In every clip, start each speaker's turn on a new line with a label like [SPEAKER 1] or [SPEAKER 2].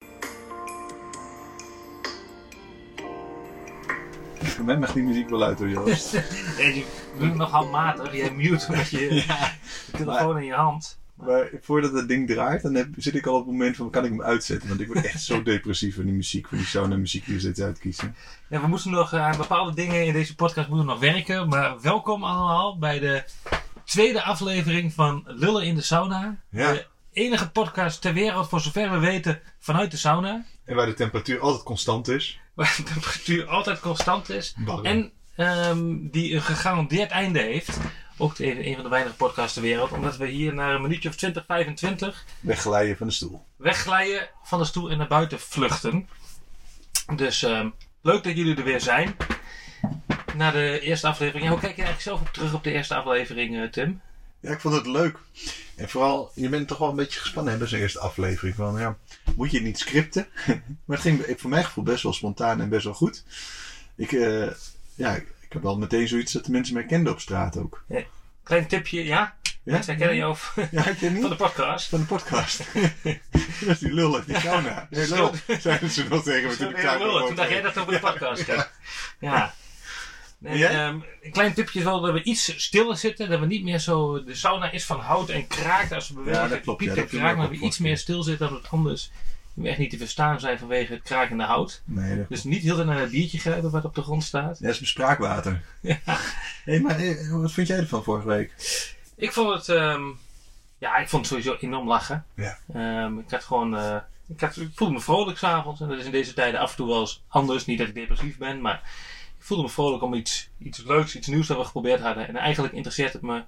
[SPEAKER 1] instrument mag die muziek wel uit hoor, Joost.
[SPEAKER 2] Nee, je doet nog handmatig. Jij mute omdat je de telefoon in je hand.
[SPEAKER 1] Maar voordat dat ding draait, dan heb- zit ik al op het moment van, kan ik hem uitzetten? Want ik word echt zo depressief van die muziek, van die sauna muziek die we steeds uitkiezen.
[SPEAKER 2] Ja, we moeten nog eh, aan bepaalde dingen in deze podcast moeten we nog werken. Maar welkom allemaal bij de tweede aflevering van Lullen in de Sauna.
[SPEAKER 1] Ja.
[SPEAKER 2] De enige podcast ter wereld, voor zover we weten, vanuit de sauna.
[SPEAKER 1] En waar de temperatuur altijd constant is.
[SPEAKER 2] Waar de temperatuur altijd constant is.
[SPEAKER 1] Barren.
[SPEAKER 2] En ehm, die een gegarandeerd einde heeft. Ook de, een van de weinige podcasts ter wereld. Omdat we hier naar een minuutje of 20, 25
[SPEAKER 1] Wegglijden van de stoel.
[SPEAKER 2] wegglijden van de stoel en naar buiten vluchten. Dus ehm, leuk dat jullie er weer zijn. Na de eerste aflevering. Ja, hoe kijk je eigenlijk zelf op terug op de eerste aflevering, eh, Tim?
[SPEAKER 1] Ja, ik vond het leuk. En vooral, je bent toch wel een beetje gespannen hebben zijn eerste aflevering. Van, ja, moet je het niet scripten? maar het ging voor mijn gevoel best wel spontaan en best wel goed. Ik, eh, ja, ik heb wel meteen zoiets dat de mensen me herkenden op straat ook.
[SPEAKER 2] Klein tipje, ja?
[SPEAKER 1] Ja?
[SPEAKER 2] Mensen herkennen jou van
[SPEAKER 1] Ja, had je niet?
[SPEAKER 2] de podcast.
[SPEAKER 1] Van de podcast. dat is die lul uit die sauna. Nee, lul. Zeiden ze nog tegen me toen ik daar
[SPEAKER 2] Lullen, Toen dacht jij dat over de podcast hè? Ja. Nee,
[SPEAKER 1] En jij?
[SPEAKER 2] ehm, een klein tipje is wel dat we iets stiller zitten. Dat we niet meer zo... De sauna is van hout en kraakt als we bewegen.
[SPEAKER 1] dat klopt, ja,
[SPEAKER 2] Piept
[SPEAKER 1] dat
[SPEAKER 2] en
[SPEAKER 1] viel me
[SPEAKER 2] kraakt,
[SPEAKER 1] ook
[SPEAKER 2] maar
[SPEAKER 1] op
[SPEAKER 2] we
[SPEAKER 1] voor.
[SPEAKER 2] iets meer stil zitten dan het anders. We echt niet te verstaan zijn vanwege het krakende hout.
[SPEAKER 1] Nee, dat...
[SPEAKER 2] Dus niet heel de tijd naar het biertje grijpen wat op de grond staat.
[SPEAKER 1] Ja, dat is mijn spraakwater. Hé, hey, maar eh, wat vind jij ervan vorige week?
[SPEAKER 2] Ik vond het, ehm, ja, ik vond het sowieso enorm lachen.
[SPEAKER 1] Ja.
[SPEAKER 2] Ehm, ik had gewoon, eh, ik, had, ik voelde me vrolijk s'avonds. En dat is in deze tijden af en toe wel eens anders. Niet dat ik depressief ben, maar ik voelde me vrolijk om iets, iets leuks, iets nieuws dat we geprobeerd hadden. En eigenlijk interesseert het me,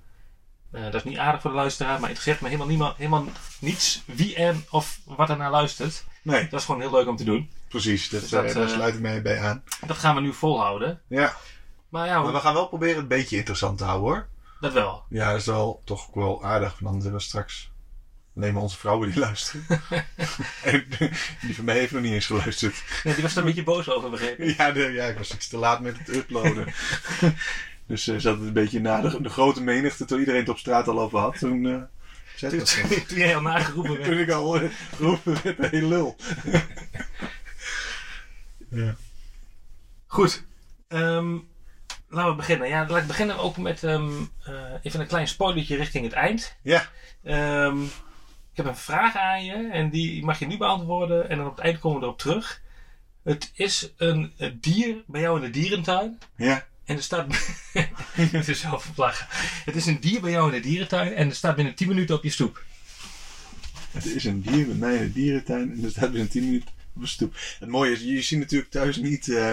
[SPEAKER 2] eh, dat is niet aardig voor de luisteraar, maar interesseert me helemaal, niemand, helemaal niets wie en of wat er naar luistert.
[SPEAKER 1] Nee,
[SPEAKER 2] Dat is gewoon heel leuk om te doen.
[SPEAKER 1] precies. Dat,
[SPEAKER 2] Dus dat,
[SPEAKER 1] eh, daar
[SPEAKER 2] eh,
[SPEAKER 1] sluit ik mij bij aan.
[SPEAKER 2] Dat gaan we nu volhouden.
[SPEAKER 1] Ja,
[SPEAKER 2] Maar ja,
[SPEAKER 1] maar we gaan wel proberen het een beetje interessant te houden hoor.
[SPEAKER 2] dat wel.
[SPEAKER 1] Ja, dat is wel toch ook wel aardig, want anders hebben we straks alleen maar onze vrouwen die luisteren. en die van mij heeft nog niet eens geluisterd.
[SPEAKER 2] Nee, die was er een beetje boos over, begrepen.
[SPEAKER 1] Ja, de- ja ik was iets te laat met het uploaden. dus eh zat het een beetje na de, de grote menigte, toen iedereen het op straat al over had. Toen eh zei het dat.
[SPEAKER 2] Toen jij al nageroepen werd.
[SPEAKER 1] Toen ik al eh, geroepen werd, hé lul. ja.
[SPEAKER 2] Goed. Ehm, laten we beginnen. Ja, laat ik beginnen ook met ehm, eh, even een klein spoilertje richting het eind.
[SPEAKER 1] ja,
[SPEAKER 2] Ehm, ik heb een vraag aan je en die mag je nu beantwoorden. En dan op het eind komen we erop terug. Het is een, een dier bij jou in de dierentuin.
[SPEAKER 1] ja.
[SPEAKER 2] En er staat... het is zelf verplagen. Het is een dier bij jou in de dierentuin en er staat binnen 10 minuten op je stoep.
[SPEAKER 1] Het is een dier bij mij in de dierentuin en dus dat staat binnen 10 minuten op de stoep. Het mooie is, je ziet natuurlijk thuis niet eh,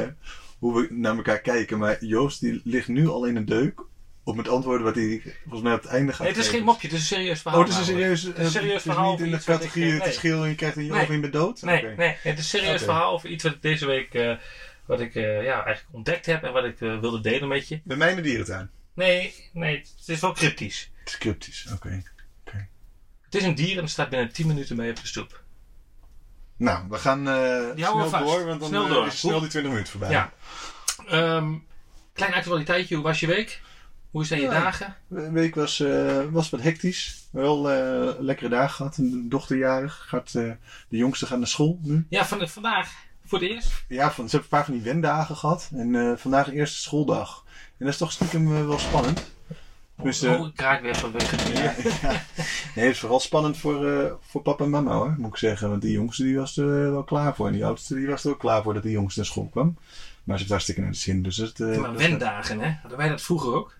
[SPEAKER 1] hoe we naar elkaar kijken, maar Joost die ligt nu al in een deuk op het antwoorden wat hij volgens mij op het einde gaat
[SPEAKER 2] Nee, het is
[SPEAKER 1] geven.
[SPEAKER 2] geen mopje, het is een serieus
[SPEAKER 1] Oh,
[SPEAKER 2] verhaal.
[SPEAKER 1] het is een
[SPEAKER 2] namelijk.
[SPEAKER 1] serieus, eh,
[SPEAKER 2] Het is een serieus
[SPEAKER 1] het is
[SPEAKER 2] verhaal
[SPEAKER 1] niet in de
[SPEAKER 2] iets wat ik,
[SPEAKER 1] categorie
[SPEAKER 2] eh,
[SPEAKER 1] het
[SPEAKER 2] nee.
[SPEAKER 1] is geel en je krijgt een jongen
[SPEAKER 2] Nee.
[SPEAKER 1] of je bent dood?
[SPEAKER 2] Nee,
[SPEAKER 1] Oké.
[SPEAKER 2] nee, het is een serieus
[SPEAKER 1] Oké.
[SPEAKER 2] verhaal over iets wat ik deze week eh, wat ik, eh, ja, eigenlijk ontdekt heb en wat ik eh, wilde delen met je.
[SPEAKER 1] Bij mij in de dierentuin.
[SPEAKER 2] Nee, nee, het is wel cryptisch.
[SPEAKER 1] Het is cryptisch, oké.
[SPEAKER 2] Het is een dier en het staat binnen 10 minuten mee op de stoep.
[SPEAKER 1] Nou, we gaan eh,
[SPEAKER 2] we
[SPEAKER 1] snel
[SPEAKER 2] vast.
[SPEAKER 1] door, want dan
[SPEAKER 2] Snel
[SPEAKER 1] eh,
[SPEAKER 2] door.
[SPEAKER 1] is snel die 20 minuten voorbij.
[SPEAKER 2] Ja. Ehm, klein actualiteitje, hoe was je week? Hoe zijn je
[SPEAKER 1] Ja.
[SPEAKER 2] dagen?
[SPEAKER 1] De week was, eh, was wat hectisch. Wel eh, een lekkere dag gehad. Een dochterjarig. Gaat, eh, de jongste gaat naar school nu.
[SPEAKER 2] Ja, van, vandaag voor het eerst.
[SPEAKER 1] Ja, van, ze hebben een paar van die wendagen gehad. En eh, vandaag de eerste schooldag. En dat is toch stiekem eh, wel spannend. Dus, eh,
[SPEAKER 2] oh, ik raak weer eh, van weg.
[SPEAKER 1] ja, ja. Nee, het is vooral spannend voor, eh, voor papa en mama hoor, moet ik zeggen. Want die jongste die was er eh, wel klaar voor. En die oudste die was er ook klaar voor dat die jongste naar school kwam. Maar ze heeft hartstikke naar de zin. Dus het, eh,
[SPEAKER 2] Maar
[SPEAKER 1] dat-
[SPEAKER 2] wendagen, hè? Hadden wij dat vroeger ook?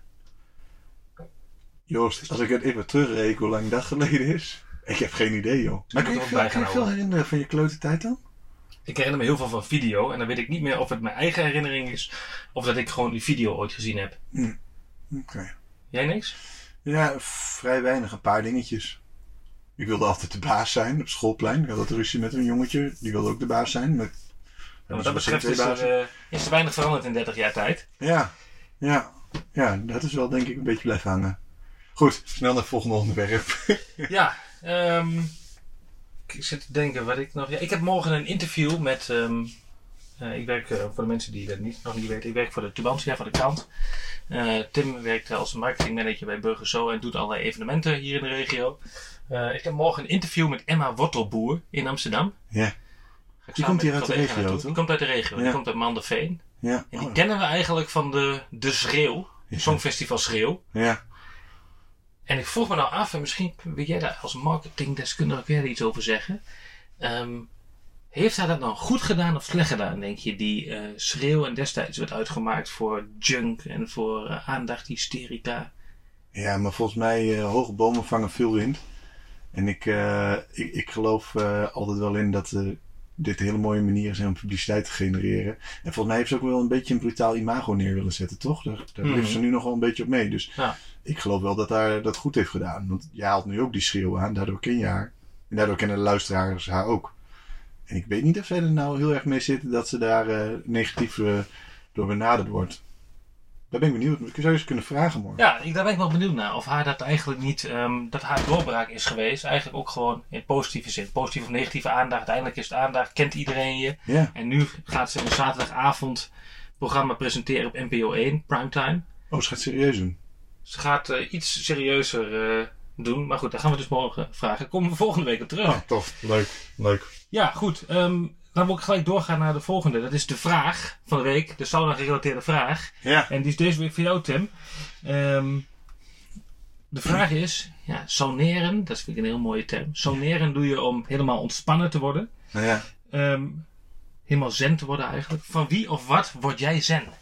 [SPEAKER 1] Joost, als ik het even terugreken hoe lang dat geleden is. Ik heb geen idee, joh. Maar
[SPEAKER 2] moet
[SPEAKER 1] kun je,
[SPEAKER 2] er ook
[SPEAKER 1] veel,
[SPEAKER 2] bij
[SPEAKER 1] kun je
[SPEAKER 2] gaan
[SPEAKER 1] veel
[SPEAKER 2] houden.
[SPEAKER 1] herinneren van je kleutertijd dan?
[SPEAKER 2] Ik herinner me heel veel van video en dan weet ik niet meer of het mijn eigen herinnering is of dat ik gewoon die video ooit gezien heb.
[SPEAKER 1] Oké.
[SPEAKER 2] Jij niks?
[SPEAKER 1] Ja, vrij weinig. Een paar dingetjes. Ik wilde altijd de baas zijn op het schoolplein. Ik had altijd ruzie met een jongetje. Die wilde ook de baas zijn. Maar...
[SPEAKER 2] Ja, dus wat dat
[SPEAKER 1] misschien
[SPEAKER 2] betreft
[SPEAKER 1] twee
[SPEAKER 2] is er,
[SPEAKER 1] bazen.
[SPEAKER 2] eh, is er weinig veranderd in 30 jaar tijd.
[SPEAKER 1] Ja. ja. Ja, dat is wel denk ik een beetje blijven hangen. Goed, snel naar het volgende onderwerp.
[SPEAKER 2] ja, ehm, ik zit te denken wat ik nog... Ja, ik heb morgen een interview met... ehm, eh, ik werk, eh, voor de mensen die dat niet, nog niet weten, ik werk voor de Tubantia, voor de krant. Eh, Tim werkt als marketingmanager bij Burgerso en doet allerlei evenementen hier in de regio. Eh, ik heb morgen een interview met Emma Wortelboer in Amsterdam.
[SPEAKER 1] Ja.
[SPEAKER 2] Ga ik
[SPEAKER 1] Die
[SPEAKER 2] samen
[SPEAKER 1] komt hier
[SPEAKER 2] met
[SPEAKER 1] uit de
[SPEAKER 2] collega
[SPEAKER 1] regio,
[SPEAKER 2] naartoe.
[SPEAKER 1] toch?
[SPEAKER 2] Die komt uit de regio,
[SPEAKER 1] Ja.
[SPEAKER 2] die komt uit Manderveen.
[SPEAKER 1] Ja.
[SPEAKER 2] En die
[SPEAKER 1] Oh,
[SPEAKER 2] kennen we eigenlijk van de, de Schreeuw.
[SPEAKER 1] Ja.
[SPEAKER 2] Songfestival Schreeuw.
[SPEAKER 1] ja.
[SPEAKER 2] En ik vroeg me nou af, en misschien wil jij daar als marketingdeskundige ook weer iets over zeggen. Ehm, heeft hij dat nou goed gedaan of slecht gedaan, denk je? Die eh, schreeuw en destijds werd uitgemaakt voor junk en voor eh, aandacht, hysterica.
[SPEAKER 1] ja, maar volgens mij, eh, hoge bomen vangen veel wind. En ik, eh, ik, ik geloof eh, altijd wel in dat eh, dit een hele mooie manier is om publiciteit te genereren. En volgens mij heeft ze ook wel een beetje een brutaal imago neer willen zetten, toch? Daar, daar
[SPEAKER 2] Mhm.
[SPEAKER 1] heeft ze nu nog wel een beetje op mee. Dus
[SPEAKER 2] Ja.
[SPEAKER 1] ik geloof wel dat haar dat goed heeft gedaan. Want je haalt nu ook die schreeuw aan, daardoor ken je haar. En daardoor kennen de luisteraars haar ook. En ik weet niet of zij er nou heel erg mee zitten dat ze daar eh, negatief eh, door benaderd wordt. Daar ben ik benieuwd. Ik zou eens kunnen vragen morgen.
[SPEAKER 2] Ja, ik, daar ben ik wel benieuwd naar. Of haar dat eigenlijk niet, ehm, dat haar doorbraak is geweest. Eigenlijk ook gewoon in positieve zin. Positieve of negatieve aandacht. Uiteindelijk is het aandacht, kent iedereen je.
[SPEAKER 1] Ja.
[SPEAKER 2] En nu gaat ze een zaterdagavond programma presenteren op NPO 1, primetime.
[SPEAKER 1] Oh, ze gaat serieus doen.
[SPEAKER 2] Ze gaat eh, iets serieuzer eh, doen. Maar goed, daar gaan we dus morgen vragen. Komen we volgende week op terug.
[SPEAKER 1] tof. Leuk. Leuk.
[SPEAKER 2] Ja, goed. ehm, laten we ook gelijk doorgaan naar de volgende. Dat is de vraag van de week. De sauna-gerelateerde vraag.
[SPEAKER 1] Ja.
[SPEAKER 2] En die is deze week voor jou, Tim. Ehm, de vraag is, ja, soneren, dat vind ik een heel mooie term. Soneren doe je om helemaal ontspannen te worden.
[SPEAKER 1] Nou ja.
[SPEAKER 2] Ehm, helemaal zen te worden eigenlijk. Van wie of wat word jij zen?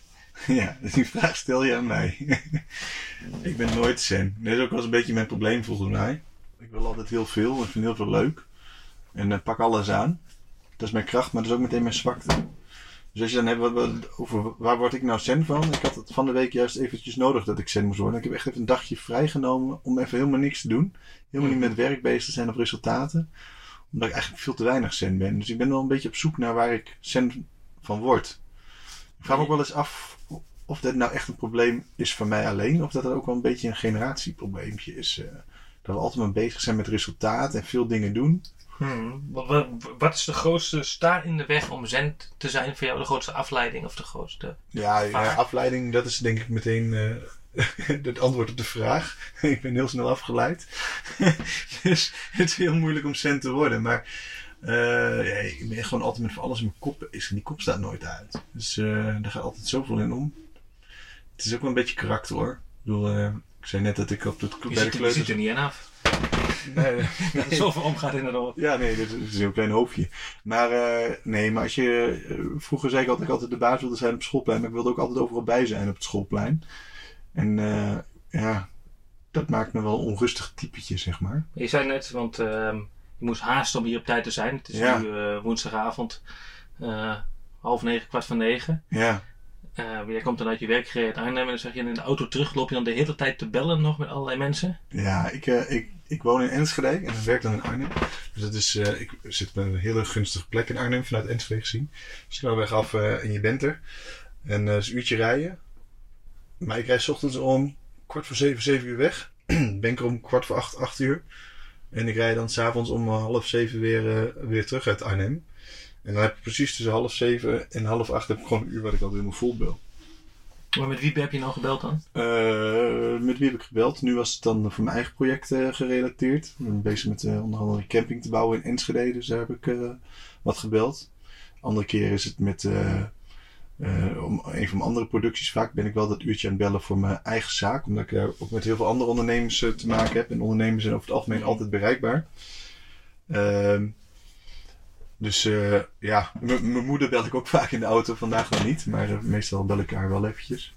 [SPEAKER 1] Ja, dus die vraag stel je aan mij. ik ben nooit zen. Dat is ook wel eens een beetje mijn probleem volgens mij. Ik wil altijd heel veel. Ik vind heel veel leuk. En eh, pak alles aan. Dat is mijn kracht, maar dat is ook meteen mijn zwakte. Dus als je dan hebt wat- wat- over waar word ik nou zen van? Ik had het van de week juist eventjes nodig dat ik zen moest worden. Ik heb echt even een dagje vrijgenomen om even helemaal niks te doen. Helemaal niet met werk bezig te zijn of resultaten. Omdat ik eigenlijk veel te weinig zen ben. Dus ik ben wel een beetje op zoek naar waar ik zen van word. Ik vraag me ook wel eens af of dit nou echt een probleem is van mij alleen. Of dat het ook wel een beetje een generatieprobleempje is. eh, dat we altijd maar bezig zijn met resultaat en veel dingen doen.
[SPEAKER 2] Hmm, wat- wat, wat is de grootste sta in de weg om zen te zijn voor jou? De grootste afleiding of de grootste...
[SPEAKER 1] Ja, ja,
[SPEAKER 2] Vaak.
[SPEAKER 1] afleiding, dat is denk ik meteen eh, het antwoord op de vraag. ik ben heel snel afgeleid. dus het is heel moeilijk om cent te worden. Maar eh, ja, ik ben gewoon altijd met van alles in mijn kop bezig. En die kop staat nooit uit. Dus eh daar gaat altijd zoveel in om. Het is ook wel een beetje karakter hoor. Ik bedoel, eh, ik zei net dat ik op de,
[SPEAKER 2] Je
[SPEAKER 1] bij de
[SPEAKER 2] ziet, er- je ziet
[SPEAKER 1] kleuters...
[SPEAKER 2] er niet aan af.
[SPEAKER 1] Nee,
[SPEAKER 2] Er is Zoveel omgaat in het oor.
[SPEAKER 1] Ja, nee, dit is een heel klein hoofdje. Maar eh, nee, maar als je. eh, vroeger zei ik altijd, dat ik altijd de baas wilde zijn op het schoolplein. Maar ik wilde ook altijd overal bij zijn op het schoolplein. En eh, ja, dat maakt me wel een onrustig typetje, zeg maar.
[SPEAKER 2] Je zei net, want ehm, je moest haasten om hier op tijd te zijn. Het is
[SPEAKER 1] Ja.
[SPEAKER 2] nu eh, woensdagavond, eh, half negen, kwart van negen.
[SPEAKER 1] Ja,
[SPEAKER 2] Eh, jij komt dan uit je werk gereden uit Arnhem en dan zeg je in de auto terug, loop je dan de hele tijd te bellen nog met allerlei mensen.
[SPEAKER 1] ja ik, eh, ik, ik woon in Enschede en ik werk dan in Arnhem. Dus dat is, eh, ik zit op een hele gunstige plek in Arnhem vanuit Enschede gezien. Snelweg af eh, en je bent er. En eh, het is een uurtje rijden. Maar ik rijd 's ochtends om kwart voor zeven, zeven uur weg. ben ik er om kwart voor acht, acht uur. En ik rijd dan s'avonds om half zeven weer, eh, weer terug uit Arnhem. En dan heb ik precies tussen half zeven en half acht heb ik gewoon een uur waar ik altijd helemaal vol bel.
[SPEAKER 2] Maar met wie heb je nou gebeld dan?
[SPEAKER 1] Eh, met wie heb ik gebeld? Nu was het dan voor mijn eigen project eh, gerelateerd. Ik ben bezig met eh, onder andere een camping te bouwen in Enschede, dus daar heb ik eh, wat gebeld. Andere keer is het met eh, eh, om een van mijn andere producties. Vaak ben ik wel dat uurtje aan het bellen voor mijn eigen zaak, omdat ik daar ook met heel veel andere ondernemers eh, te maken heb. En ondernemers zijn over het algemeen altijd bereikbaar. Ehm, dus eh, ja, m- mijn moeder bel ik ook vaak in de auto, vandaag nog niet, maar eh, meestal bel ik haar wel eventjes.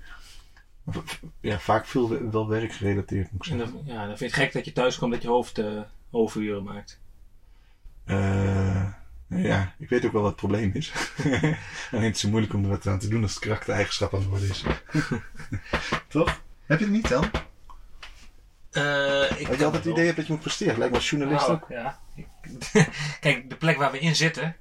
[SPEAKER 1] Ja, vaak veel we- wel werkgerelateerd moet ik
[SPEAKER 2] En
[SPEAKER 1] zeggen.
[SPEAKER 2] dan, ja, dan vind je het gek dat je thuis komt dat je hoofd eh, overuren maakt.
[SPEAKER 1] Eh, nou ja, ik weet ook wel wat het probleem is. Alleen het is moeilijk om er wat aan te doen als het karaktereigenschap aan het worden is. Toch? Heb je het niet dan?
[SPEAKER 2] Eh, ik
[SPEAKER 1] Dat je altijd het idee hebt dat je moet presteren. Lijkt me als journalist
[SPEAKER 2] Nou,
[SPEAKER 1] ook.
[SPEAKER 2] ja. Kijk, de plek waar we in zitten,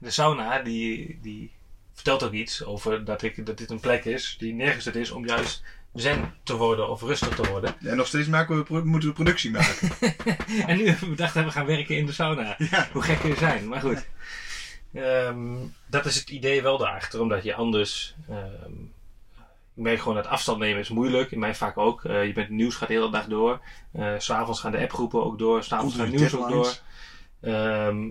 [SPEAKER 2] de sauna, die, die vertelt ook iets over dat, ik, dat dit een plek is die nergens het is om juist zen te worden of rustig te worden.
[SPEAKER 1] En nog steeds maken we, pro- moeten we productie maken.
[SPEAKER 2] En nu hebben we bedacht dat we gaan werken in de sauna.
[SPEAKER 1] ja.
[SPEAKER 2] Hoe gek kun je zijn, maar goed. Ehm, dat is het idee wel daarachter, omdat je anders. ehm, ik merk gewoon dat afstand nemen is moeilijk. In mij vaak ook. Eh, je bent nieuws gaat de hele dag door. Eh, s s'avonds gaan de appgroepen ook door. S'avonds
[SPEAKER 1] Continu
[SPEAKER 2] gaat nieuws ook door.
[SPEAKER 1] deadlines.
[SPEAKER 2] Ehm,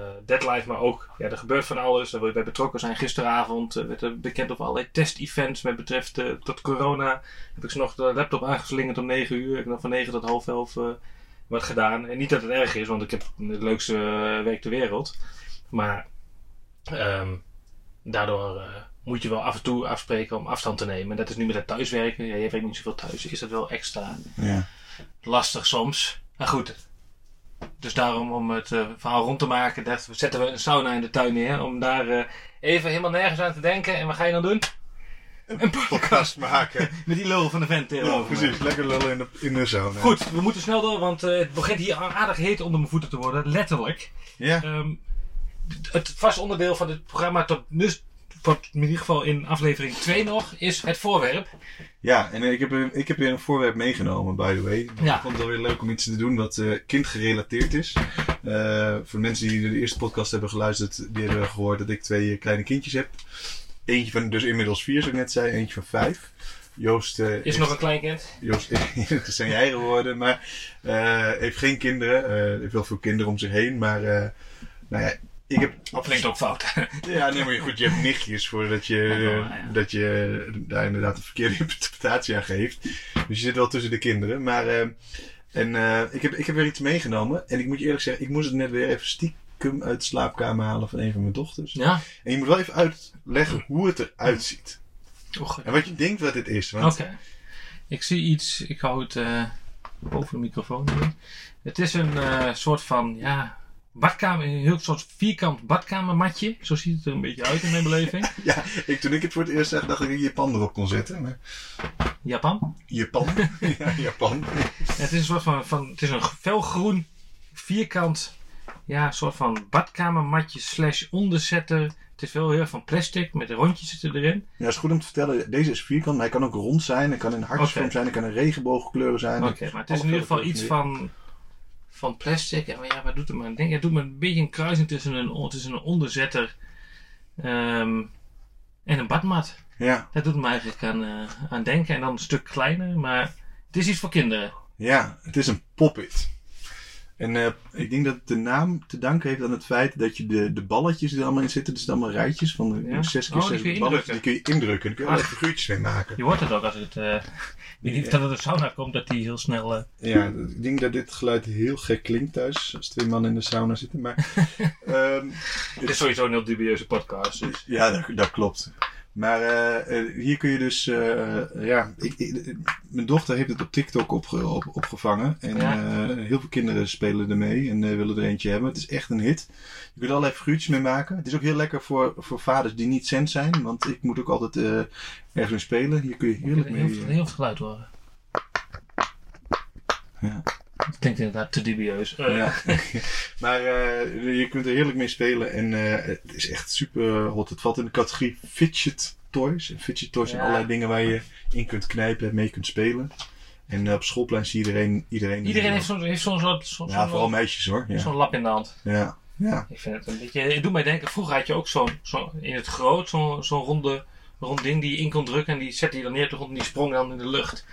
[SPEAKER 2] eh, deadline, maar ook ja, er gebeurt van alles. Daar wil je bij betrokken zijn. Gisteravond eh, werd er bekend over allerlei test-events met betreft eh, tot corona. Heb ik ze nog de laptop aangeslingerd om 9 uur. Heb ik nog van 9 tot half 11 eh, wat gedaan. En niet dat het erg is, want ik heb het leukste eh, werk ter wereld. Maar ehm, daardoor eh, moet je wel af en toe afspreken om afstand te nemen. En dat is nu met het thuiswerken. Ja, je werkt niet zoveel thuis. Is dat wel extra
[SPEAKER 1] Ja.
[SPEAKER 2] lastig soms. Maar goed. Dus daarom om het eh, verhaal rond te maken, dachten we, zetten we een sauna in de tuin neer. Om daar eh, even helemaal nergens aan te denken. En wat ga je dan doen? Een podcast
[SPEAKER 1] Podcast maken.
[SPEAKER 2] met die lul van de vent
[SPEAKER 1] Ja,
[SPEAKER 2] tegenover me.
[SPEAKER 1] precies. Lekker lullen in de, in de zone.
[SPEAKER 2] Goed, we moeten snel door, want eh, het begint hier aardig heet onder mijn voeten te worden. Letterlijk.
[SPEAKER 1] Ja.
[SPEAKER 2] Ehm, d- het vast onderdeel van dit programma tot nu, tot in ieder geval in aflevering 2 nog, is het voorwerp.
[SPEAKER 1] Ja, en eh, ik heb, een- ik heb weer een voorwerp meegenomen, by the way.
[SPEAKER 2] Ja.
[SPEAKER 1] Ik vond het wel weer leuk om iets te doen wat eh, kindgerelateerd is. Eh, voor de mensen die de eerste podcast hebben geluisterd, die hebben gehoord dat ik twee eh, kleine kindjes heb. Eentje van dus inmiddels vier, zoals ik net zei, eentje van vijf. Joost, eh,
[SPEAKER 2] Is
[SPEAKER 1] heeft-
[SPEAKER 2] nog een kleinkind.
[SPEAKER 1] Joost dat zijn je eigen woorden, maar eh, heeft geen kinderen. eh heeft wel veel kinderen om zich heen, maar eh, nou ja, ik heb
[SPEAKER 2] Dat klinkt ook fout.
[SPEAKER 1] ja, nee, maar goed, je hebt nichtjes voordat je,
[SPEAKER 2] Ja, wel, ja.
[SPEAKER 1] dat je daar inderdaad een verkeerde interpretatie aan geeft. Dus je zit wel tussen de kinderen. Maar eh, en, eh, ik, heb, ik heb weer iets meegenomen. En ik moet je eerlijk zeggen, ik moest het net weer even stiekem uit de slaapkamer halen van een van mijn dochters.
[SPEAKER 2] ja?
[SPEAKER 1] En je moet wel even uitleggen hoe het eruit ziet.
[SPEAKER 2] Oeh,
[SPEAKER 1] En wat je denkt wat dit is. Want
[SPEAKER 2] Oh, Oké. Ik zie iets. Ik hou het eh, boven de microfoon. hier. Het is een eh, soort van, ja, badkamer. Een heel soort vierkant badkamermatje. Zo ziet het er een beetje uit in mijn beleving.
[SPEAKER 1] ja, ik, toen ik het voor het eerst zag, dacht ik dat je Japan erop kon zetten. Maar
[SPEAKER 2] Japan.
[SPEAKER 1] Japan? ja, Japan.
[SPEAKER 2] Het is een soort van, van het is een felgroen vierkant, ja, soort van badkamermatje slash onderzetter. Het is wel heel erg van plastic met rondjes zitten erin.
[SPEAKER 1] Ja, is goed om te vertellen. Deze is vierkant, maar hij kan ook rond zijn. Hij kan in hartjesvorm
[SPEAKER 2] Oké.
[SPEAKER 1] zijn. Hij kan in regenboogkleuren zijn.
[SPEAKER 2] Oké, maar het is in ieder geval iets van, van plastic. Ja, maar ja, wat doet het me aan denken? Het doet me een beetje een kruising tussen een, on- tussen een onderzetter ehm, en een badmat.
[SPEAKER 1] Ja,
[SPEAKER 2] Dat doet me eigenlijk aan, eh, aan denken. En dan een stuk kleiner, maar het is iets voor kinderen.
[SPEAKER 1] Ja, het is een poppet. En eh, ik denk dat de naam te danken heeft aan het feit dat je de, de balletjes die er allemaal in zitten, er zitten allemaal rijtjes van eh,
[SPEAKER 2] Ja.
[SPEAKER 1] zes
[SPEAKER 2] Oh,
[SPEAKER 1] keer
[SPEAKER 2] die
[SPEAKER 1] zes
[SPEAKER 2] kun je
[SPEAKER 1] balletjes,
[SPEAKER 2] indrukken.
[SPEAKER 1] die kun je indrukken. Daar kun je wel
[SPEAKER 2] Ah.
[SPEAKER 1] figuurtjes mee maken.
[SPEAKER 2] Je hoort het ook als het... eh ik weet niet of dat het uit de sauna komt, dat die heel snel... eh,
[SPEAKER 1] Ja, ik denk dat dit geluid heel gek klinkt thuis, als twee mannen in de sauna zitten. Maar, ehm,
[SPEAKER 2] Het is sowieso een heel dubieuze podcast. Dus.
[SPEAKER 1] ja, dat, dat klopt. Maar eh, eh, hier kun je dus, eh, ja, ik, ik- mijn dochter heeft het op TikTok opge- op, opgevangen. En
[SPEAKER 2] Ja.
[SPEAKER 1] eh, heel veel kinderen spelen ermee en eh, willen er eentje hebben. Het is echt een hit. Je kunt er allerlei figuurtjes mee maken. Het is ook heel lekker voor, voor vaders die niet cent zijn. Want ik moet ook altijd eh, ergens mee spelen. Hier kun je
[SPEAKER 2] Heel,
[SPEAKER 1] heerlijk mee. eh,
[SPEAKER 2] heel, veel- heel veel geluid horen.
[SPEAKER 1] Ja.
[SPEAKER 2] Het klinkt inderdaad te dubieus. Eh,
[SPEAKER 1] Ja. maar eh, je kunt er heerlijk mee spelen. En eh, het is echt super hot. Het valt in de categorie fidget toys. En fidget toys zijn
[SPEAKER 2] Ja.
[SPEAKER 1] allerlei dingen waar je in kunt knijpen en mee kunt spelen. En eh, op schoolplein zie je iedereen... Iedereen, eh,
[SPEAKER 2] Iedereen heeft zo'n heeft zo'n soort... Zo,
[SPEAKER 1] Ja,
[SPEAKER 2] zo'n-
[SPEAKER 1] vooral meisjes hoor. Ja.
[SPEAKER 2] zo'n lap in de hand.
[SPEAKER 1] Ja. ja.
[SPEAKER 2] Ik vind het een beetje. Het doet mij denken, vroeger had je ook zo'n. zo'n- in het groot, zo'n zo'n ronde. Rond ding die je in kon drukken en die zette je dan neer op de grond en die sprong dan in de lucht.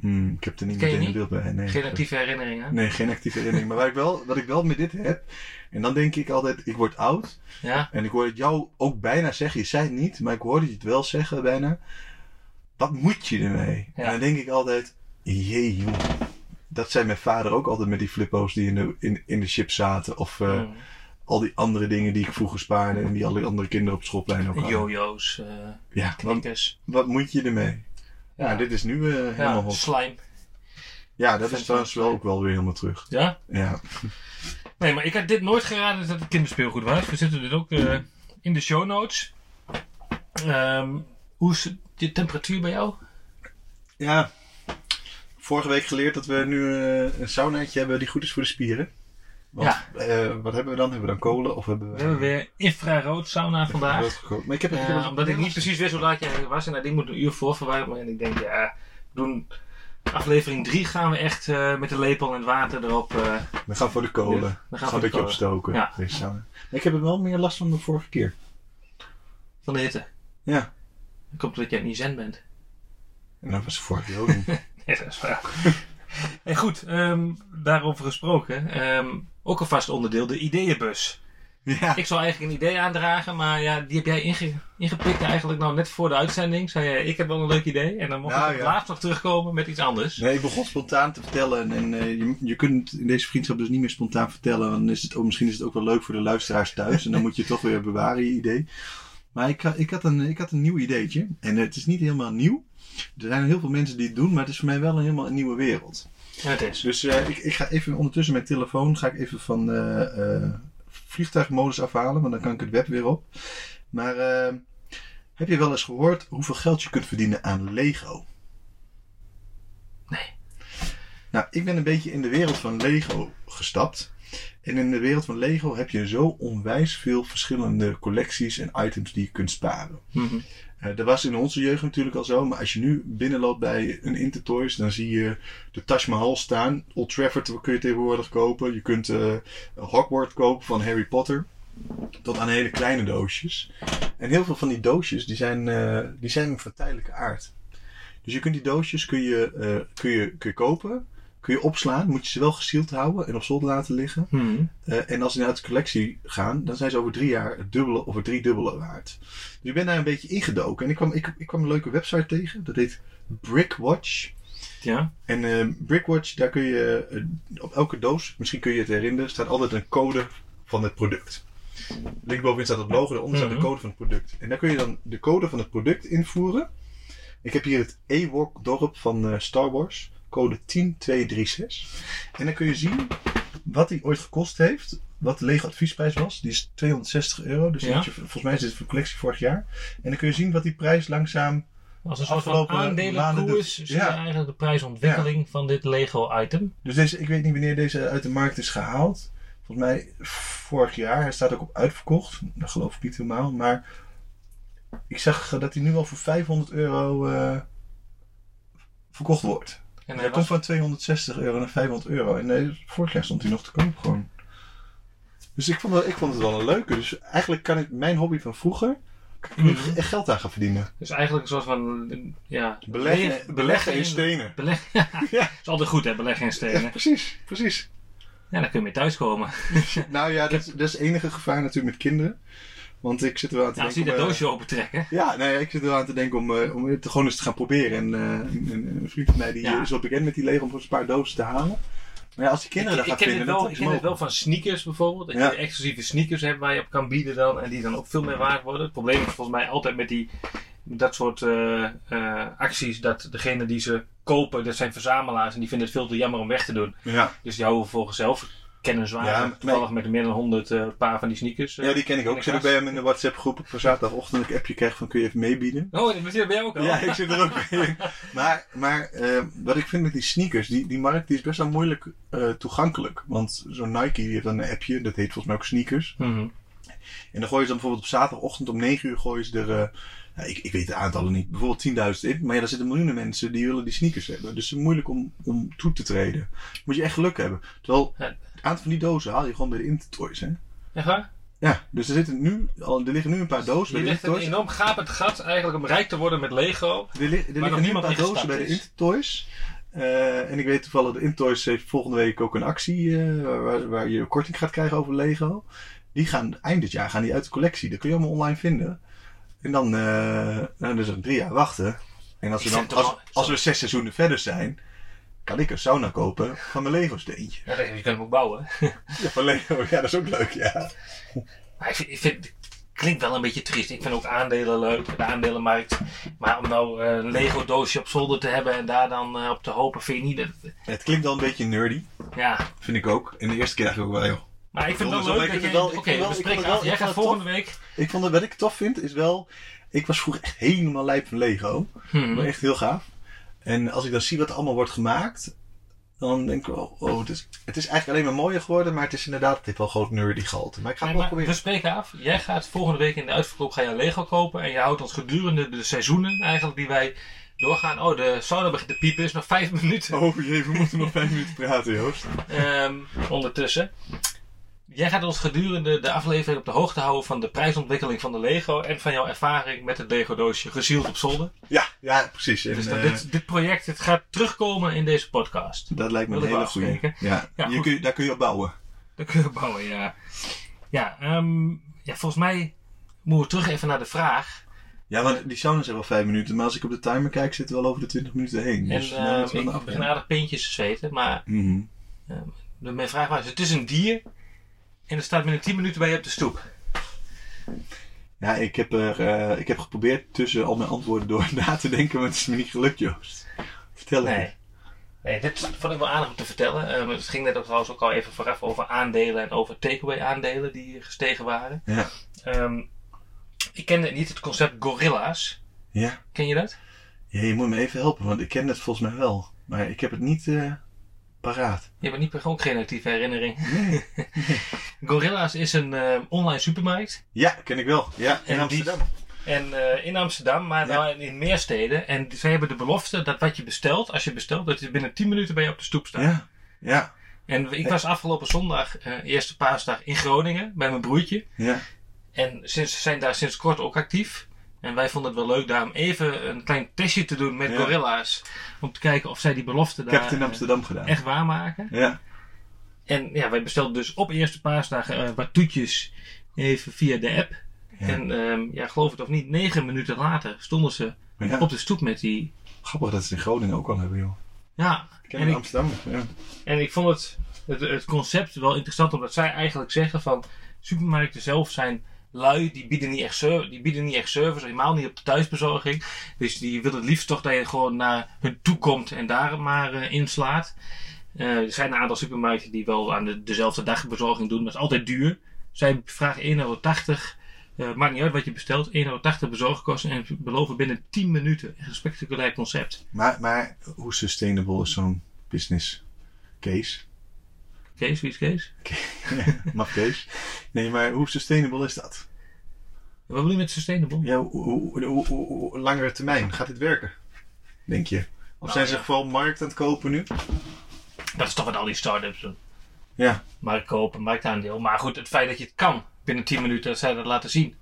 [SPEAKER 1] Hmm, ik heb er niet
[SPEAKER 2] Ken je
[SPEAKER 1] meteen een
[SPEAKER 2] niet?
[SPEAKER 1] beeld bij. Nee.
[SPEAKER 2] Geen actieve herinneringen.
[SPEAKER 1] Nee, geen actieve herinnering. Maar waar ik wel, wat ik wel met dit heb... En dan denk ik altijd, ik word oud.
[SPEAKER 2] Ja?
[SPEAKER 1] En ik hoorde jou ook bijna zeggen, je zei het niet, maar ik hoorde je het wel zeggen bijna. Wat moet je ermee?
[SPEAKER 2] Ja.
[SPEAKER 1] En dan denk ik altijd, jee joh. Dat zei mijn vader ook altijd met die flippo's die in de, in, in de chips zaten. Of eh,
[SPEAKER 2] Mm.
[SPEAKER 1] al die andere dingen die ik vroeger spaarde en die alle andere kinderen op schoolplein ook hadden.
[SPEAKER 2] Jojo's, eh
[SPEAKER 1] Ja, wat,
[SPEAKER 2] knikkers.
[SPEAKER 1] wat moet je ermee? Ja,
[SPEAKER 2] Ja.
[SPEAKER 1] dit is nu eh, helemaal
[SPEAKER 2] Ja,
[SPEAKER 1] hot.
[SPEAKER 2] slime.
[SPEAKER 1] Ja, dat is
[SPEAKER 2] Vind-
[SPEAKER 1] trouwens wel ook wel weer helemaal terug.
[SPEAKER 2] Ja?
[SPEAKER 1] Ja,
[SPEAKER 2] Nee, maar ik had dit nooit geraden dat het kinderspeelgoed was. We zetten dit ook eh, in de show notes. Ehm, hoe is de temperatuur bij jou?
[SPEAKER 1] ja. vorige week geleerd dat we nu eh, een saunaatje hebben die goed is voor de spieren. Want,
[SPEAKER 2] Ja.
[SPEAKER 1] eh, wat hebben we dan? Hebben we dan kolen of hebben we...
[SPEAKER 2] We hebben weer infrarood sauna vandaag.
[SPEAKER 1] Rood gekookt. Maar ik heb, ik heb
[SPEAKER 2] Eh,
[SPEAKER 1] het-
[SPEAKER 2] omdat ik niet precies wist hoe laat jij was. En dat ding moet een uur voor verwarmen. En ik denk, ja, we doen aflevering 3 gaan we echt eh, met de lepel en het water erop. eh,
[SPEAKER 1] We gaan voor de kolen.
[SPEAKER 2] Ja, we gaan
[SPEAKER 1] we gaan
[SPEAKER 2] voor de
[SPEAKER 1] een beetje
[SPEAKER 2] kolen.
[SPEAKER 1] opstoken.
[SPEAKER 2] Ja.
[SPEAKER 1] Deze sauna. Maar Ik heb er wel meer last van dan de vorige keer.
[SPEAKER 2] van de hitte.
[SPEAKER 1] Ja.
[SPEAKER 2] Dan komt omdat jij niet zen bent.
[SPEAKER 1] En dat was de vorige keer ook niet.
[SPEAKER 2] Nee, dat is waar. en goed, ehm, daarover gesproken. ehm, Ook een vast onderdeel, de ideeënbus.
[SPEAKER 1] Ja.
[SPEAKER 2] Ik zou eigenlijk een idee aandragen, maar ja, die heb jij inge- ingepikt eigenlijk nou net voor de uitzending. Zei je, ik heb wel een leuk idee. En dan mocht
[SPEAKER 1] Nou,
[SPEAKER 2] ik
[SPEAKER 1] ja.
[SPEAKER 2] laatst nog terugkomen met iets anders.
[SPEAKER 1] Nee, ik begon spontaan te vertellen. En, en eh, je, je kunt in deze vriendschap dus niet meer spontaan vertellen. Want dan is het, ook- misschien is het ook wel leuk voor de luisteraars thuis. En dan moet je het toch weer bewaren, je idee. Maar ik, ha- ik, had een, ik had een nieuw ideetje. En het is niet helemaal nieuw. Er zijn heel veel mensen die het doen, maar het is voor mij wel een helemaal een nieuwe wereld.
[SPEAKER 2] Ja, het is.
[SPEAKER 1] Dus eh, ik, ik ga even ondertussen mijn telefoon ga ik even van eh, eh, vliegtuigmodus afhalen, want dan kan ik het web weer op. Maar eh, heb je wel eens gehoord hoeveel geld je kunt verdienen aan Lego?
[SPEAKER 2] Nee.
[SPEAKER 1] Nou, ik ben een beetje in de wereld van Lego gestapt. En in de wereld van Lego heb je zo onwijs veel verschillende collecties en items die je kunt sparen.
[SPEAKER 2] Mhm.
[SPEAKER 1] Eh, dat was in onze jeugd natuurlijk al zo, maar als je nu binnenloopt bij een Intertoys, dan zie je de Taj Mahal staan. Old Trafford kun je tegenwoordig kopen. Je kunt eh Hogwarts kopen van Harry Potter. Tot aan hele kleine doosjes. En heel veel van die doosjes die zijn, eh, die zijn van tijdelijke aard. Dus je kunt die doosjes kun je, eh, kun je, kun je kopen, kun je opslaan, moet je ze wel gesield houden en op zolder laten liggen.
[SPEAKER 2] Mhm.
[SPEAKER 1] Eh, en als ze naar de collectie gaan, dan zijn ze over drie jaar het dubbele of het driedubbele waard. Dus ik ben daar een beetje ingedoken. En ik kwam, ik, ik kwam een leuke website tegen. Dat heet Brickwatch.
[SPEAKER 2] Ja.
[SPEAKER 1] En eh, Brickwatch, daar kun je eh, op elke doos, misschien kun je het herinneren, staat altijd een code van het product. Linksbovenin staat het logo, daaronder staat
[SPEAKER 2] Mhm.
[SPEAKER 1] de code van het product. En daar kun je dan de code van het product invoeren. Ik heb hier het Ewok dorp van eh, Star Wars, code 10236. En dan kun je zien wat die ooit gekost heeft, wat de lege adviesprijs was. Die is 260 euro, dus
[SPEAKER 2] Ja.
[SPEAKER 1] moet je- volgens mij is dit voor collectie vorig jaar. En dan kun je zien wat die prijs langzaam
[SPEAKER 2] Als een soort van
[SPEAKER 1] Afgelopen maanden
[SPEAKER 2] aandelenkoers
[SPEAKER 1] doet-
[SPEAKER 2] zie je
[SPEAKER 1] ja.
[SPEAKER 2] eigenlijk de prijsontwikkeling van dit Lego-item.
[SPEAKER 1] Dus deze, ik weet niet wanneer deze uit de markt is gehaald. Volgens mij vorig jaar. Hij staat ook op uitverkocht. Dat geloof ik niet helemaal. Maar ik zag eh, dat hij nu al voor 500 euro eh, verkocht wordt.
[SPEAKER 2] En
[SPEAKER 1] hij
[SPEAKER 2] hij
[SPEAKER 1] komt
[SPEAKER 2] was,
[SPEAKER 1] van 260 euro naar 500 euro. En eh, vorig jaar stond hij nog te koop gewoon. Dus ik vond, het- ik vond het wel een leuke. Dus eigenlijk kan ik mijn hobby van vroeger... Kan ik nu
[SPEAKER 2] Mhm.
[SPEAKER 1] echt geld aan gaan verdienen.
[SPEAKER 2] dus eigenlijk een soort van... Ja,
[SPEAKER 1] Beleggen, beleggen in stenen.
[SPEAKER 2] Beleggen.
[SPEAKER 1] Ja.
[SPEAKER 2] is altijd goed, hè, beleggen in
[SPEAKER 1] Ja,
[SPEAKER 2] stenen.
[SPEAKER 1] precies, precies.
[SPEAKER 2] Ja, dan kun je mee thuiskomen.
[SPEAKER 1] Nou ja, dat, dat is het enige gevaar natuurlijk met kinderen. Want ik zit er wel aan te
[SPEAKER 2] Ja, als
[SPEAKER 1] denken.
[SPEAKER 2] die Nou, dat
[SPEAKER 1] om, eh,
[SPEAKER 2] doosje opentrekken.
[SPEAKER 1] Ja, nee, ik zit er wel aan te denken om, eh, om het gewoon eens te gaan proberen. En eh, een, een- een vriend van mij die
[SPEAKER 2] Ja.
[SPEAKER 1] is wel bekend met die Lego om voor een paar dozen te halen. Maar ja, als die kinderen
[SPEAKER 2] Ik,
[SPEAKER 1] dat
[SPEAKER 2] ik
[SPEAKER 1] gaan
[SPEAKER 2] ken,
[SPEAKER 1] vinden,
[SPEAKER 2] het wel,
[SPEAKER 1] dat
[SPEAKER 2] ik
[SPEAKER 1] is
[SPEAKER 2] ken het wel
[SPEAKER 1] mogelijk.
[SPEAKER 2] van sneakers bijvoorbeeld. Dat
[SPEAKER 1] Ja.
[SPEAKER 2] je exclusieve sneakers hebt waar je op kan bieden dan. En die dan ook veel meer waard worden. Het probleem is volgens mij altijd met die, dat soort eh, eh, acties. Dat degene die ze kopen, dat zijn verzamelaars. En die vinden het veel te jammer om weg te doen.
[SPEAKER 1] Ja.
[SPEAKER 2] Dus die houden volgens zelf kenniswaardig.
[SPEAKER 1] Ja,
[SPEAKER 2] Ja,
[SPEAKER 1] maar-
[SPEAKER 2] toevallig met meer dan 100 eh, paar van die sneakers. eh.
[SPEAKER 1] ja, die ken ik ook. Ik zit ook bij hem in de WhatsApp groep voor zaterdagochtend een appje krijg van kun je even meebieden.
[SPEAKER 2] Oh, dat ben jij ook al.
[SPEAKER 1] Ja, ik zit er ook bij in. Maar, maar eh, wat ik vind met die sneakers, die, die markt die is best wel moeilijk eh, toegankelijk. Want zo'n Nike die heeft dan een appje, dat heet volgens mij ook sneakers.
[SPEAKER 2] Mhm.
[SPEAKER 1] En dan gooien ze dan bijvoorbeeld op zaterdagochtend om 9 uur gooien ze er. eh, nou, ik, ik weet de aantallen niet, bijvoorbeeld 10.000 in. Maar ja, daar zitten miljoenen mensen die willen die sneakers hebben. Dus het is moeilijk om, om toe te treden. Moet je echt geluk hebben. Terwijl
[SPEAKER 2] Ja.
[SPEAKER 1] het aantal van die dozen haal je gewoon bij de Intertoys. Hè?
[SPEAKER 2] Echt waar?
[SPEAKER 1] Ja, dus er, zitten nu, al, er liggen nu een paar dozen bij
[SPEAKER 2] Hier
[SPEAKER 1] de
[SPEAKER 2] ligt een
[SPEAKER 1] Intertoys.
[SPEAKER 2] enorm gapend gat eigenlijk om rijk te worden met Lego.
[SPEAKER 1] Er, li- er
[SPEAKER 2] nog
[SPEAKER 1] liggen nu een
[SPEAKER 2] niemand
[SPEAKER 1] paar dozen
[SPEAKER 2] ingestapt
[SPEAKER 1] bij de
[SPEAKER 2] is.
[SPEAKER 1] Intertoys. Eh, en ik weet toevallig, de Intertoys heeft volgende week ook een actie eh, waar- waar, waar je korting gaat krijgen over Lego. Die gaan eind dit jaar gaan die uit de collectie. Dat kun je allemaal online vinden. En dan, eh nou, dus nog drie jaar wachten. En als we,
[SPEAKER 2] Ik
[SPEAKER 1] dan,
[SPEAKER 2] vind het
[SPEAKER 1] als,
[SPEAKER 2] wel-
[SPEAKER 1] als we zes seizoenen verder zijn, kan ik een sauna kopen van mijn Lego steentje.
[SPEAKER 2] Ja, je kunt hem ook bouwen.
[SPEAKER 1] Ja, van Lego, ja, dat is ook leuk, ja.
[SPEAKER 2] Maar ik vind, ik vind- het klinkt wel een beetje triest. Ik vind ook aandelen leuk, de aandelenmarkt. Maar om nou eh, een Lego doosje op zolder te hebben en daar dan eh, op te hopen, vind je niet dat...
[SPEAKER 1] Het klinkt wel een beetje nerdy,
[SPEAKER 2] Ja,
[SPEAKER 1] vind ik ook. En de eerste keer dacht ik ook wel, joh.
[SPEAKER 2] maar ik vind
[SPEAKER 1] Jongens,
[SPEAKER 2] het wel
[SPEAKER 1] maar ik vind
[SPEAKER 2] leuk dat je...
[SPEAKER 1] het wel-
[SPEAKER 2] Oké,
[SPEAKER 1] ik vind wel-
[SPEAKER 2] we
[SPEAKER 1] ik
[SPEAKER 2] spreken
[SPEAKER 1] vind het
[SPEAKER 2] af.
[SPEAKER 1] wel-
[SPEAKER 2] Jij
[SPEAKER 1] ik vind
[SPEAKER 2] gaat
[SPEAKER 1] het
[SPEAKER 2] volgende week...
[SPEAKER 1] Ik vond het, wat ik tof vind, is wel... Ik was vroeger echt helemaal lijp van Lego.
[SPEAKER 2] Hmm.
[SPEAKER 1] Maar echt heel gaaf. En als ik dan zie wat er allemaal wordt gemaakt... Dan denk ik, oh, oh, het, is, het is eigenlijk alleen maar mooier geworden. Maar het is inderdaad, het heeft wel groot nerdy gehalte. Maar ik ga
[SPEAKER 2] Nee,
[SPEAKER 1] het wel
[SPEAKER 2] maar we
[SPEAKER 1] proberen.
[SPEAKER 2] spreken af. Jij gaat volgende week in de uitverkoop ga je Lego kopen. En je houdt ons gedurende de seizoenen eigenlijk die wij doorgaan. Oh, de sauna begint te piepen. Is nog vijf minuten
[SPEAKER 1] Oh jee, we moeten nog vijf minuten praten, Joost.
[SPEAKER 2] ehm, ondertussen. Jij gaat ons gedurende de aflevering op de hoogte houden van de prijsontwikkeling van de Lego. En van jouw ervaring met het Lego doosje gezield op zolder.
[SPEAKER 1] Ja, ja precies. En,
[SPEAKER 2] Dus dat,
[SPEAKER 1] eh,
[SPEAKER 2] dit, dit project het gaat terugkomen in deze podcast.
[SPEAKER 1] dat lijkt me
[SPEAKER 2] wil
[SPEAKER 1] een
[SPEAKER 2] ik
[SPEAKER 1] hele
[SPEAKER 2] wel
[SPEAKER 1] goede.
[SPEAKER 2] afspreken.
[SPEAKER 1] Ja,
[SPEAKER 2] Ja,
[SPEAKER 1] je
[SPEAKER 2] goed.
[SPEAKER 1] kun, daar kun je op bouwen.
[SPEAKER 2] De keurbouwer, ja. Ja, ehm, ja, volgens mij moeten we terug even naar de vraag.
[SPEAKER 1] Ja, want die sauna's hebben wel vijf minuten. Maar als ik op de timer kijk, zitten we wel over de 20 minuten heen.
[SPEAKER 2] En
[SPEAKER 1] Dus nou,
[SPEAKER 2] ehm,
[SPEAKER 1] dat is wel een
[SPEAKER 2] ik begin
[SPEAKER 1] afrem.
[SPEAKER 2] aardig pintjes te zweten, maar
[SPEAKER 1] Mhm.
[SPEAKER 2] de- mijn vraag was, het is een dier en er staat binnen 10 minuten bij je op de stoep.
[SPEAKER 1] Ja, ik heb, er, eh, ik heb geprobeerd tussen al mijn antwoorden door na te denken, maar het is me niet gelukt, Joost. Vertel het.
[SPEAKER 2] Nee. Nee, dit vond ik wel aardig om te vertellen. Ehm, het ging net ook trouwens ook al even vooraf over aandelen en over takeaway aandelen die gestegen waren.
[SPEAKER 1] Ja.
[SPEAKER 2] Ehm, ik kende niet het concept gorilla's.
[SPEAKER 1] Ja.
[SPEAKER 2] Ken je dat?
[SPEAKER 1] ja, je moet me even helpen, want ik ken het volgens mij wel. Maar ik heb het niet eh, paraat.
[SPEAKER 2] Je hebt niet gewoon geen actieve herinnering.
[SPEAKER 1] Nee.
[SPEAKER 2] Gorilla's is een ehm, online supermarkt.
[SPEAKER 1] Ja, ken ik wel. Ja, in
[SPEAKER 2] En
[SPEAKER 1] Amsterdam.
[SPEAKER 2] En eh, in Amsterdam, maar
[SPEAKER 1] Ja.
[SPEAKER 2] dan in meer steden. En ze hebben de belofte dat wat je bestelt, als je bestelt, dat je binnen 10 minuten bij je op de stoep staat.
[SPEAKER 1] Ja. Ja.
[SPEAKER 2] En ik was afgelopen zondag, eh, eerste paasdag, in Groningen bij mijn broertje.
[SPEAKER 1] Ja.
[SPEAKER 2] En sinds, ze zijn daar sinds kort ook actief. En wij vonden het wel leuk daarom even een klein testje te doen met
[SPEAKER 1] Ja.
[SPEAKER 2] gorilla's. Om te kijken of zij die belofte
[SPEAKER 1] Ik
[SPEAKER 2] daar
[SPEAKER 1] heb het in
[SPEAKER 2] eh,
[SPEAKER 1] Amsterdam gedaan.
[SPEAKER 2] echt waarmaken.
[SPEAKER 1] Ja.
[SPEAKER 2] En ja, wij bestelden dus op eerste paasdag eh, wat toetjes even via de app.
[SPEAKER 1] Ja.
[SPEAKER 2] En ehm, ja, geloof het of niet, negen minuten later stonden ze
[SPEAKER 1] ja.
[SPEAKER 2] op de stoep met die.
[SPEAKER 1] Grappig dat ze het in Groningen ook al hebben, joh.
[SPEAKER 2] Ja,
[SPEAKER 1] Ik ken
[SPEAKER 2] en ik,
[SPEAKER 1] Amsterdam. Ja.
[SPEAKER 2] en ik vond het, het, het concept wel interessant, omdat zij eigenlijk zeggen van supermarkten zelf zijn lui, die bieden niet echt, ser- die bieden niet echt service, helemaal niet op de thuisbezorging. Dus die willen het liefst toch dat je gewoon naar hun toe komt en daar maar eh, inslaat. Eh, er zijn een aantal supermarkten die wel aan de, dezelfde dag bezorging doen, maar het is altijd duur. Zij vragen 1,80 euro. eh, maakt niet uit wat je bestelt, 1,80 euro bezorgkosten en beloven binnen 10 minuten. Echt een spectaculair concept.
[SPEAKER 1] Maar, maar hoe sustainable is zo'n business case?
[SPEAKER 2] Kees, wie is Kees?
[SPEAKER 1] Mag Kees? Nee, maar hoe sustainable is dat?
[SPEAKER 2] Wat bedoel je met sustainable?
[SPEAKER 1] Ja, hoe, hoe, hoe- hoe- hoe- langere termijn gaat dit werken? Denk je? Of
[SPEAKER 2] Nou,
[SPEAKER 1] zijn ze
[SPEAKER 2] ja.
[SPEAKER 1] gewoon markt aan het kopen nu?
[SPEAKER 2] Dat is toch wat al die start-ups doen.
[SPEAKER 1] Ja.
[SPEAKER 2] Markt kopen, marktaandeel. Maar goed, het feit dat je het kan binnen 10 minuten, dat zij dat laten zien.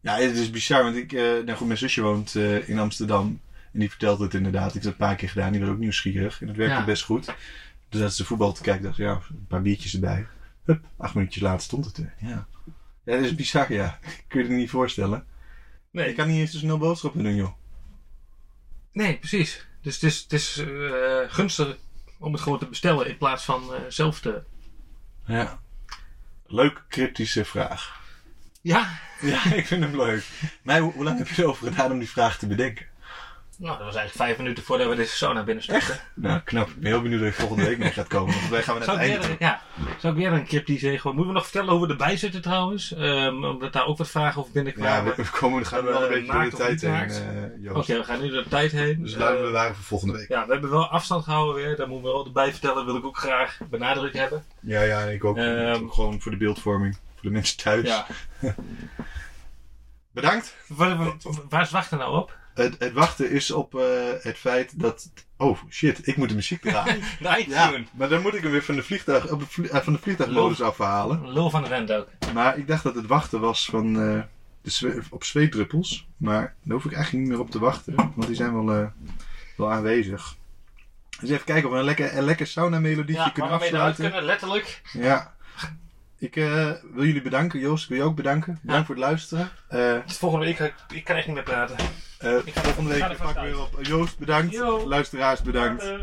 [SPEAKER 1] Ja, het is bizar, want ik, eh, nou goed, mijn zusje woont eh, in Amsterdam. En die vertelt het inderdaad. Ik heb het een paar keer gedaan. Die was ook nieuwsgierig. En dat werkte
[SPEAKER 2] Ja.
[SPEAKER 1] best goed. Dus dat ze voetbal te kijken, dacht ik, ja, een paar biertjes erbij. Hup, acht minuutjes later stond het er. Ja. Ja, dat is bizar, ja. Kun je het niet voorstellen.
[SPEAKER 2] Nee,
[SPEAKER 1] Ik kan niet eens tussen nul boodschappen doen, joh.
[SPEAKER 2] nee precies. Dus het is, het is eh, gunstig om het gewoon te bestellen in plaats van eh, zelf te.
[SPEAKER 1] Ja. Leuk cryptische vraag.
[SPEAKER 2] Ja,
[SPEAKER 1] Ja, ik vind hem leuk. Maar hoe, hoe lang heb je erover gedaan om die vraag te bedenken?
[SPEAKER 2] nou, dat was eigenlijk vijf minuten voordat we deze sauna binnen starten.
[SPEAKER 1] Nou, knap. Ik ben heel benieuwd dat je volgende week mee gaat komen. Want wij gaan we naar
[SPEAKER 2] Zou
[SPEAKER 1] het
[SPEAKER 2] ik,
[SPEAKER 1] einde
[SPEAKER 2] weer,
[SPEAKER 1] toe.
[SPEAKER 2] ja, zou ik weer een cryptie zeggen? Moeten we nog vertellen hoe we erbij zitten trouwens? Ehm, omdat daar ook wat vragen over
[SPEAKER 1] Ja,
[SPEAKER 2] binnenkwamen.
[SPEAKER 1] we, we komen, we gaan
[SPEAKER 2] we
[SPEAKER 1] wel een beetje door de
[SPEAKER 2] naakt of
[SPEAKER 1] tijd
[SPEAKER 2] niet
[SPEAKER 1] heen,
[SPEAKER 2] naakt?
[SPEAKER 1] eh, Joost.
[SPEAKER 2] Oké, we gaan nu door de tijd heen.
[SPEAKER 1] Dus laten we
[SPEAKER 2] Eh,
[SPEAKER 1] bewaren voor volgende week.
[SPEAKER 2] Ja, we hebben wel afstand gehouden weer. Daar moeten we wel bij vertellen. Wil ik ook graag benadrukt hebben.
[SPEAKER 1] Ja, ja, ik ook.
[SPEAKER 2] Ehm,
[SPEAKER 1] Gewoon voor de beeldvorming. Voor de mensen thuis. Bedankt.
[SPEAKER 2] Waar, waar- waar is wachten nou op?
[SPEAKER 1] Het, het wachten is op eh, het feit dat... Oh, shit. Ik moet de muziek draaien.
[SPEAKER 2] De
[SPEAKER 1] ja,
[SPEAKER 2] iTunes.
[SPEAKER 1] maar dan moet ik hem weer van de, vliegtuig, op het vlie- eh, van de vliegtuigmodus afhalen.
[SPEAKER 2] Lul van de rent ook.
[SPEAKER 1] Maar ik dacht dat het wachten was van, eh, de zwe- op zweetdruppels. Maar daar hoef ik eigenlijk niet meer op te wachten. Want die zijn wel, eh, wel aanwezig. Dus even kijken of we een lekker, een lekker sauna melodietje
[SPEAKER 2] Ja,
[SPEAKER 1] kunnen
[SPEAKER 2] waarmee we eruit
[SPEAKER 1] afsluiten.
[SPEAKER 2] kunnen, letterlijk.
[SPEAKER 1] Ja. Ik eh, wil jullie bedanken. Joost, ik wil je ook bedanken. Bedankt voor het luisteren. Eh, eh,
[SPEAKER 2] Het Dus volgende week, ik, ik kan echt niet meer praten. Ik ga-
[SPEAKER 1] volgende week
[SPEAKER 2] ik ga er vast
[SPEAKER 1] pakken we weer op. Joost, bedankt.
[SPEAKER 2] Yo.
[SPEAKER 1] Luisteraars, bedankt.
[SPEAKER 2] Eh.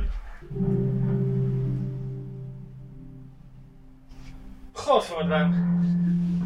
[SPEAKER 2] Godverdomme.